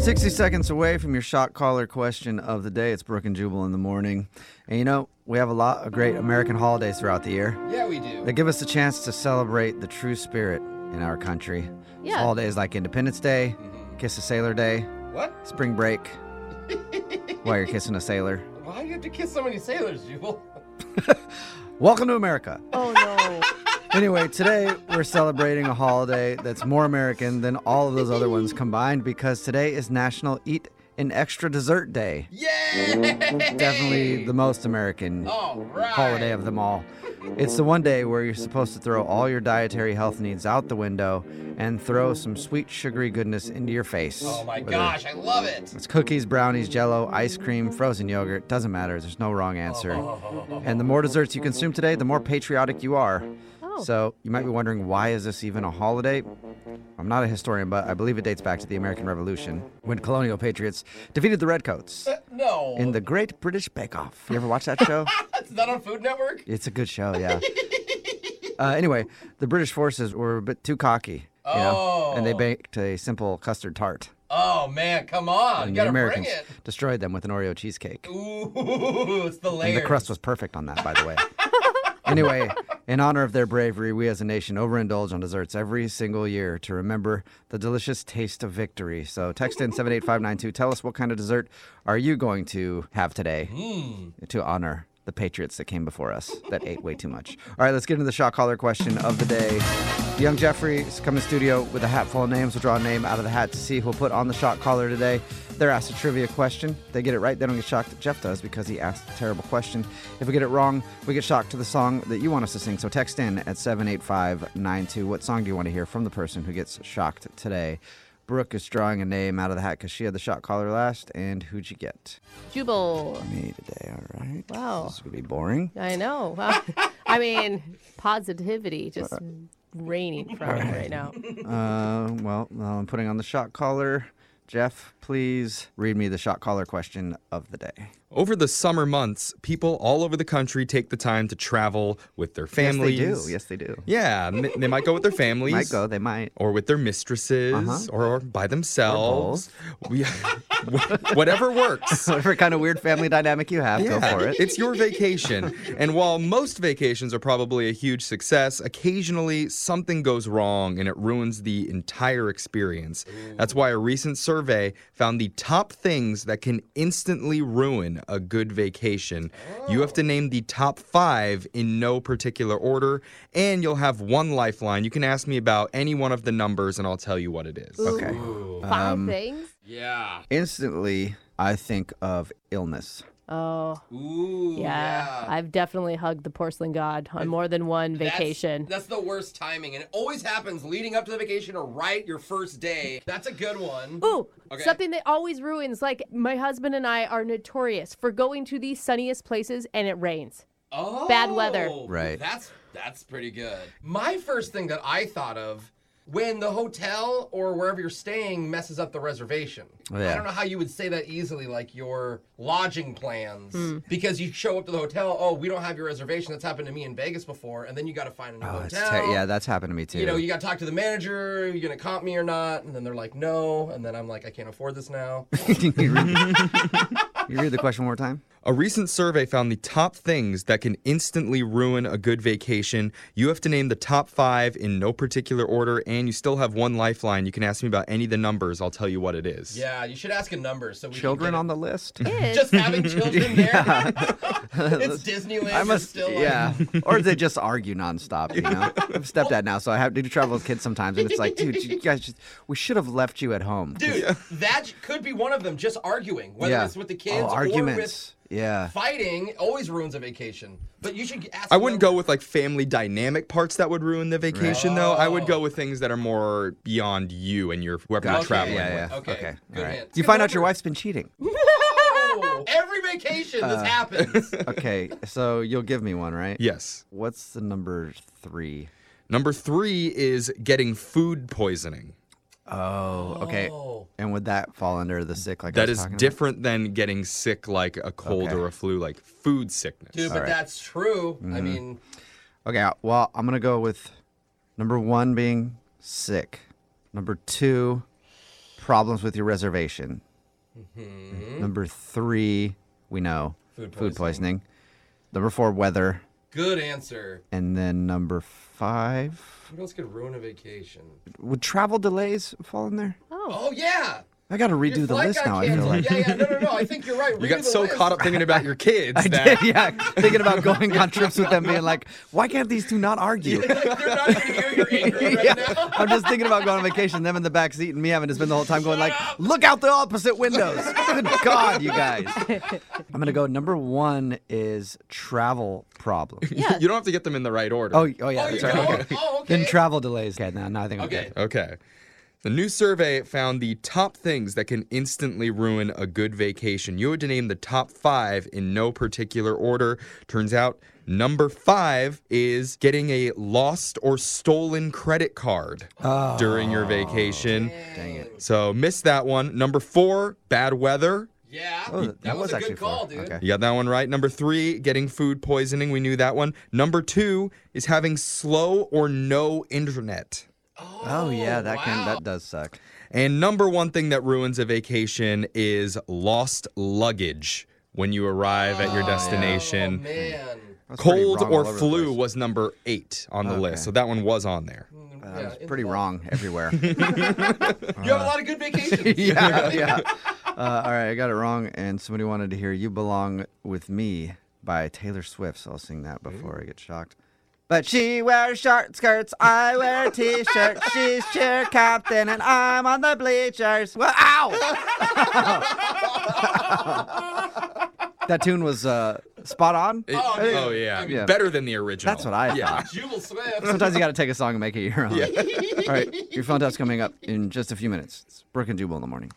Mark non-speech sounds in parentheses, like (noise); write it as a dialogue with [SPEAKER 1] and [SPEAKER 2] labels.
[SPEAKER 1] 60 seconds away from your shock collar question of the day. It's Brooke and Jubal in the morning. And you know, we have a lot of great American holidays throughout the year
[SPEAKER 2] Yeah, we do.
[SPEAKER 1] that give us a chance to celebrate the true spirit in our country. It's
[SPEAKER 3] Yeah.
[SPEAKER 1] holidays like Independence Day, Kiss a Sailor Day,
[SPEAKER 2] Mm-hmm. What? (laughs)
[SPEAKER 1] Spring Break, while you're kissing a sailor.
[SPEAKER 2] Why do you have to kiss so many sailors, Jubal?
[SPEAKER 1] Welcome to America.
[SPEAKER 3] Oh no.
[SPEAKER 1] (laughs) Anyway, today we're celebrating a holiday that's more American than all of those other ones combined because today is National Eat an Extra Dessert Day.
[SPEAKER 2] (laughs) Yeah.
[SPEAKER 1] Definitely the most American
[SPEAKER 3] Oh,
[SPEAKER 2] All right.
[SPEAKER 1] holiday of them all. It's the one day where you're supposed to throw all your dietary health needs out the window and throw some sweet, sugary goodness into your face.
[SPEAKER 2] Oh my
[SPEAKER 1] Whether
[SPEAKER 2] gosh, I
[SPEAKER 1] (laughs)
[SPEAKER 2] love it.
[SPEAKER 1] It's cookies, brownies, jello, ice cream, frozen yogurt. Doesn't matter. There's no wrong answer. And the more desserts you consume today, the more patriotic you are.
[SPEAKER 3] Oh.
[SPEAKER 1] So you might be wondering why is this even a holiday? I'm not a historian, but I believe it dates back to the American Revolution when colonial patriots defeated the Redcoats
[SPEAKER 2] No.
[SPEAKER 1] in the Great British Bake Off. You ever watch that
[SPEAKER 2] (laughs)
[SPEAKER 1] show?
[SPEAKER 2] That's not on Food Network?
[SPEAKER 1] It's a good show,
[SPEAKER 2] (laughs)
[SPEAKER 1] yeah. Uh, anyway, the British forces were a bit too cocky, you know, and they
[SPEAKER 2] Oh.
[SPEAKER 1] baked a simple custard tart.
[SPEAKER 2] Oh man, come on. You
[SPEAKER 1] And the
[SPEAKER 2] gotta
[SPEAKER 1] Americans
[SPEAKER 2] bring it.
[SPEAKER 1] destroyed them with an Oreo cheesecake.
[SPEAKER 2] Ooh, it's the
[SPEAKER 1] And
[SPEAKER 2] layers.
[SPEAKER 1] the crust was perfect on that, by the way. (laughs) anyway, in honor of their bravery, we as a nation overindulge on desserts every single year to remember the delicious taste of victory. So text in 78592. Tell us what kind of dessert are you going to have today to honor the patriots that came before us that ate way too much. All right, let's get into the shot collar question of the day. Young Jeffrey is coming to studio with a hat full of names. We'll draw a name out of the hat to see who'll put on the shot collar today. They're asked a trivia question. They get it right, they don't get shocked that Jeff does because he asked a terrible question. If we get it wrong, we get shocked to the song that you want us to sing. So text in at 78592. What song do you want to hear from the person who gets shocked today? Brooke is drawing a name out of the hat because she had the shot collar last. And who'd you get?
[SPEAKER 3] Jubal.
[SPEAKER 1] me today. All right.
[SPEAKER 3] Wow.
[SPEAKER 1] This is gonna be boring.
[SPEAKER 3] I know. (laughs) Wow. I mean, positivity
[SPEAKER 2] Uh,
[SPEAKER 3] just raining from
[SPEAKER 2] (laughs)
[SPEAKER 3] it right now.
[SPEAKER 1] Uh, well, now I'm putting on the shot collar. Jeff, please read me the shot collar question of the day.
[SPEAKER 4] Over the summer months, people all over the country take the time to travel with their families.
[SPEAKER 1] Yes, they do. Yes, they do.
[SPEAKER 4] Yeah, m- they might go with their
[SPEAKER 1] (laughs)
[SPEAKER 4] families.
[SPEAKER 1] Might go. They might. (laughs)
[SPEAKER 4] Or with their mistresses,
[SPEAKER 1] Uh-huh.
[SPEAKER 4] or, or by themselves. We- (laughs) wh- whatever works.
[SPEAKER 1] Whatever kind of weird family dynamic you have, go for
[SPEAKER 4] (laughs)
[SPEAKER 1] it.
[SPEAKER 4] It's your
[SPEAKER 1] (laughs)
[SPEAKER 4] vacation. and while most vacations are probably a huge success, occasionally something goes wrong and it ruins the entire experience. That's why a recent survey found the top things that can instantly ruin a good vacation. You have to name the top five in no particular order, and you'll have one lifeline. You can ask me about any one of the numbers, and I'll tell you what it is.
[SPEAKER 1] Okay.
[SPEAKER 2] Um,
[SPEAKER 3] Five things.
[SPEAKER 2] Yeah.
[SPEAKER 1] Instantly, I think of illness.
[SPEAKER 3] Oh,
[SPEAKER 2] Ooh.
[SPEAKER 3] yeah. I've definitely hugged the porcelain god on more than one
[SPEAKER 2] That's-
[SPEAKER 3] vacation.
[SPEAKER 2] That's, the worst timing, and it always happens leading up to the vacation or right your first day. That's a good one.
[SPEAKER 3] Ooh,
[SPEAKER 2] Okay.
[SPEAKER 3] something that always ruins. Like my husband and I are notorious for going to the sunniest places and it rains.
[SPEAKER 2] Oh,
[SPEAKER 3] Bad weather.
[SPEAKER 1] Right.
[SPEAKER 2] That's that's pretty good. My first thing that I thought of when the hotel or wherever you're staying messes up the reservation.
[SPEAKER 1] Yeah.
[SPEAKER 2] I don't know how you would say that easily, like your lodging plans,
[SPEAKER 3] Hmm.
[SPEAKER 2] because you show up to the hotel. Oh, we don't have your reservation. That's happened to me in Vegas before, and then you got to find a new
[SPEAKER 1] Oh, it's
[SPEAKER 2] hotel.
[SPEAKER 1] ter- yeah, that's happened to me too.
[SPEAKER 2] you know, you got to talk to the manager. Are you gonna comp me or not? And then they're like, no. And then I'm like, I can't afford this
[SPEAKER 1] (laughs)
[SPEAKER 2] now.
[SPEAKER 1] Can (laughs) you, read, you read the question one more time?
[SPEAKER 4] A recent survey found the top things that can instantly ruin a good vacation. You have to name the top five in no particular order, and you still have one lifeline. You can ask me about any of the numbers. I'll tell you what it is.
[SPEAKER 2] yeah, you should ask a number so we
[SPEAKER 1] Children
[SPEAKER 2] can
[SPEAKER 1] on the list?
[SPEAKER 2] get
[SPEAKER 3] Is-
[SPEAKER 2] it. just
[SPEAKER 1] (laughs)
[SPEAKER 2] having children there. (laughs) it's Disneyland.
[SPEAKER 1] I
[SPEAKER 2] it's
[SPEAKER 1] must,
[SPEAKER 2] still like- (laughs)
[SPEAKER 1] yeah. or they just argue nonstop, you know? I'm a stepdad now, so I have to travel with kids sometimes, and it's like, dude,
[SPEAKER 2] (laughs)
[SPEAKER 1] you guys, just, we should have left you at home.
[SPEAKER 2] Dude, that could be one of them. Just arguing, whether it's with the kids
[SPEAKER 1] oh, arguments.
[SPEAKER 2] or
[SPEAKER 1] yeah.
[SPEAKER 2] with fighting, always ruins a vacation. But you should ask.
[SPEAKER 4] I wouldn't
[SPEAKER 2] them-
[SPEAKER 4] go with like family dynamic parts that would ruin the vacation, though. I
[SPEAKER 2] Oh.
[SPEAKER 4] would go with things that are more beyond you and your whoever you're
[SPEAKER 2] Okay,
[SPEAKER 4] traveling
[SPEAKER 2] yeah,
[SPEAKER 4] with.
[SPEAKER 1] yeah, yeah.
[SPEAKER 2] Okay, good
[SPEAKER 1] all right.
[SPEAKER 2] hint.
[SPEAKER 1] You
[SPEAKER 2] Good
[SPEAKER 1] find out your
[SPEAKER 2] number.
[SPEAKER 1] wife's been cheating.
[SPEAKER 3] (laughs)
[SPEAKER 2] No! (laughs) Every vacation,
[SPEAKER 1] Uh, (laughs)
[SPEAKER 2] this happens. (laughs)
[SPEAKER 1] Okay, so you'll give me one, right?
[SPEAKER 4] Yes.
[SPEAKER 1] What's the number three?
[SPEAKER 4] Number three is getting food poisoning.
[SPEAKER 1] Oh, okay.
[SPEAKER 2] Oh.
[SPEAKER 1] And would that fall under the sick? Like I
[SPEAKER 4] That
[SPEAKER 1] was
[SPEAKER 4] is
[SPEAKER 1] talking about?
[SPEAKER 4] different than getting sick like a cold
[SPEAKER 1] Okay.
[SPEAKER 4] or a flu, like food sickness.
[SPEAKER 2] Dude, but
[SPEAKER 1] right.
[SPEAKER 2] that's true. I
[SPEAKER 1] Mm-hmm.
[SPEAKER 2] mean,
[SPEAKER 1] Okay, uh, well, I'm gonna go with number one being sick, number two problems with your reservation. Number three, we know
[SPEAKER 2] Food
[SPEAKER 1] food poisoning. Number four, weather.
[SPEAKER 2] Good answer.
[SPEAKER 1] And then number five,
[SPEAKER 2] What else could ruin a vacation?
[SPEAKER 1] would travel delays fall in there?
[SPEAKER 3] Oh,
[SPEAKER 2] Oh yeah.
[SPEAKER 1] I got to
[SPEAKER 2] Your
[SPEAKER 1] redo the
[SPEAKER 2] flight
[SPEAKER 1] list
[SPEAKER 2] got
[SPEAKER 1] now. I feel
[SPEAKER 2] canceled.
[SPEAKER 1] like. (laughs)
[SPEAKER 2] Yeah, yeah. No, no, no. I think you're right.
[SPEAKER 4] (laughs) You got so caught up thinking about your kids
[SPEAKER 1] I
[SPEAKER 4] that
[SPEAKER 1] did, yeah. Thinking about going on trips with them, being like, why can't these two not
[SPEAKER 2] (laughs)
[SPEAKER 1] argue?
[SPEAKER 2] like they're not even here.
[SPEAKER 1] (laughs)
[SPEAKER 2] You're angry right
[SPEAKER 1] yeah.
[SPEAKER 2] now.
[SPEAKER 1] I'm just thinking about going on vacation, them in the back seat, and me having to spend the whole time going like, look out the opposite
[SPEAKER 2] (laughs)
[SPEAKER 1] windows. Good God, you guys. I'm gonna go. Number one is travel problem.
[SPEAKER 2] (laughs)
[SPEAKER 3] Yeah.
[SPEAKER 4] (laughs) you don't have to get them in the right order.
[SPEAKER 1] Oh, oh yeah,
[SPEAKER 2] Oh, you
[SPEAKER 1] that's
[SPEAKER 2] don't?
[SPEAKER 1] right.
[SPEAKER 2] Oh, okay.
[SPEAKER 1] Then travel delays. Okay, now, now I think I'm
[SPEAKER 2] Okay.
[SPEAKER 1] good.
[SPEAKER 4] Okay. The new survey found the top things that can instantly ruin a good vacation. You had to name the top five in no particular order. Turns out number five is getting a lost or stolen credit card
[SPEAKER 1] Oh,
[SPEAKER 4] during your vacation.
[SPEAKER 1] Dang it.
[SPEAKER 4] So missed that one. Number four, bad weather.
[SPEAKER 2] Yeah.
[SPEAKER 1] Oh,
[SPEAKER 2] that, was, a good
[SPEAKER 1] four.
[SPEAKER 2] call, dude.
[SPEAKER 1] Okay.
[SPEAKER 4] You got that one right. Number three, getting food poisoning. We knew that one. Number two is having slow or no internet.
[SPEAKER 2] Oh,
[SPEAKER 1] Oh yeah, that can
[SPEAKER 2] wow.
[SPEAKER 1] that does suck.
[SPEAKER 4] And number one thing that ruins a vacation is lost luggage when you arrive at your
[SPEAKER 2] Oh,
[SPEAKER 4] destination.
[SPEAKER 2] man.
[SPEAKER 1] That's pretty
[SPEAKER 4] Cold
[SPEAKER 1] wrong
[SPEAKER 4] or
[SPEAKER 1] all over the
[SPEAKER 4] flu
[SPEAKER 1] place.
[SPEAKER 4] was number eight on the list. So that one was on there.
[SPEAKER 1] Uh,
[SPEAKER 2] Oh, Yeah,
[SPEAKER 1] it's
[SPEAKER 2] in
[SPEAKER 1] pretty
[SPEAKER 2] the-
[SPEAKER 1] wrong everywhere.
[SPEAKER 2] (laughs) You have a lot of good (laughs)
[SPEAKER 1] (laughs)
[SPEAKER 2] vacations.
[SPEAKER 1] yeah, yeah. Uh, all right, I got it wrong, and somebody wanted to hear "You Belong with Me" by Taylor Swift. So I'll sing that before I get shocked. But she wears short skirts, I wear t-shirts. She's cheer captain, and I'm on the bleachers. Well, ow! (laughs) that tune was uh, spot on.
[SPEAKER 4] It-
[SPEAKER 2] Oh, yeah.
[SPEAKER 4] yeah.
[SPEAKER 1] Yeah.
[SPEAKER 4] Better than the original.
[SPEAKER 1] That's what I thought.
[SPEAKER 2] Jubal Swift.
[SPEAKER 1] Sometimes you got to take a song and make it your own.
[SPEAKER 4] Yeah.
[SPEAKER 1] All right, your phone tap's coming up in just a few minutes. It's Brooke and Jubal in the morning.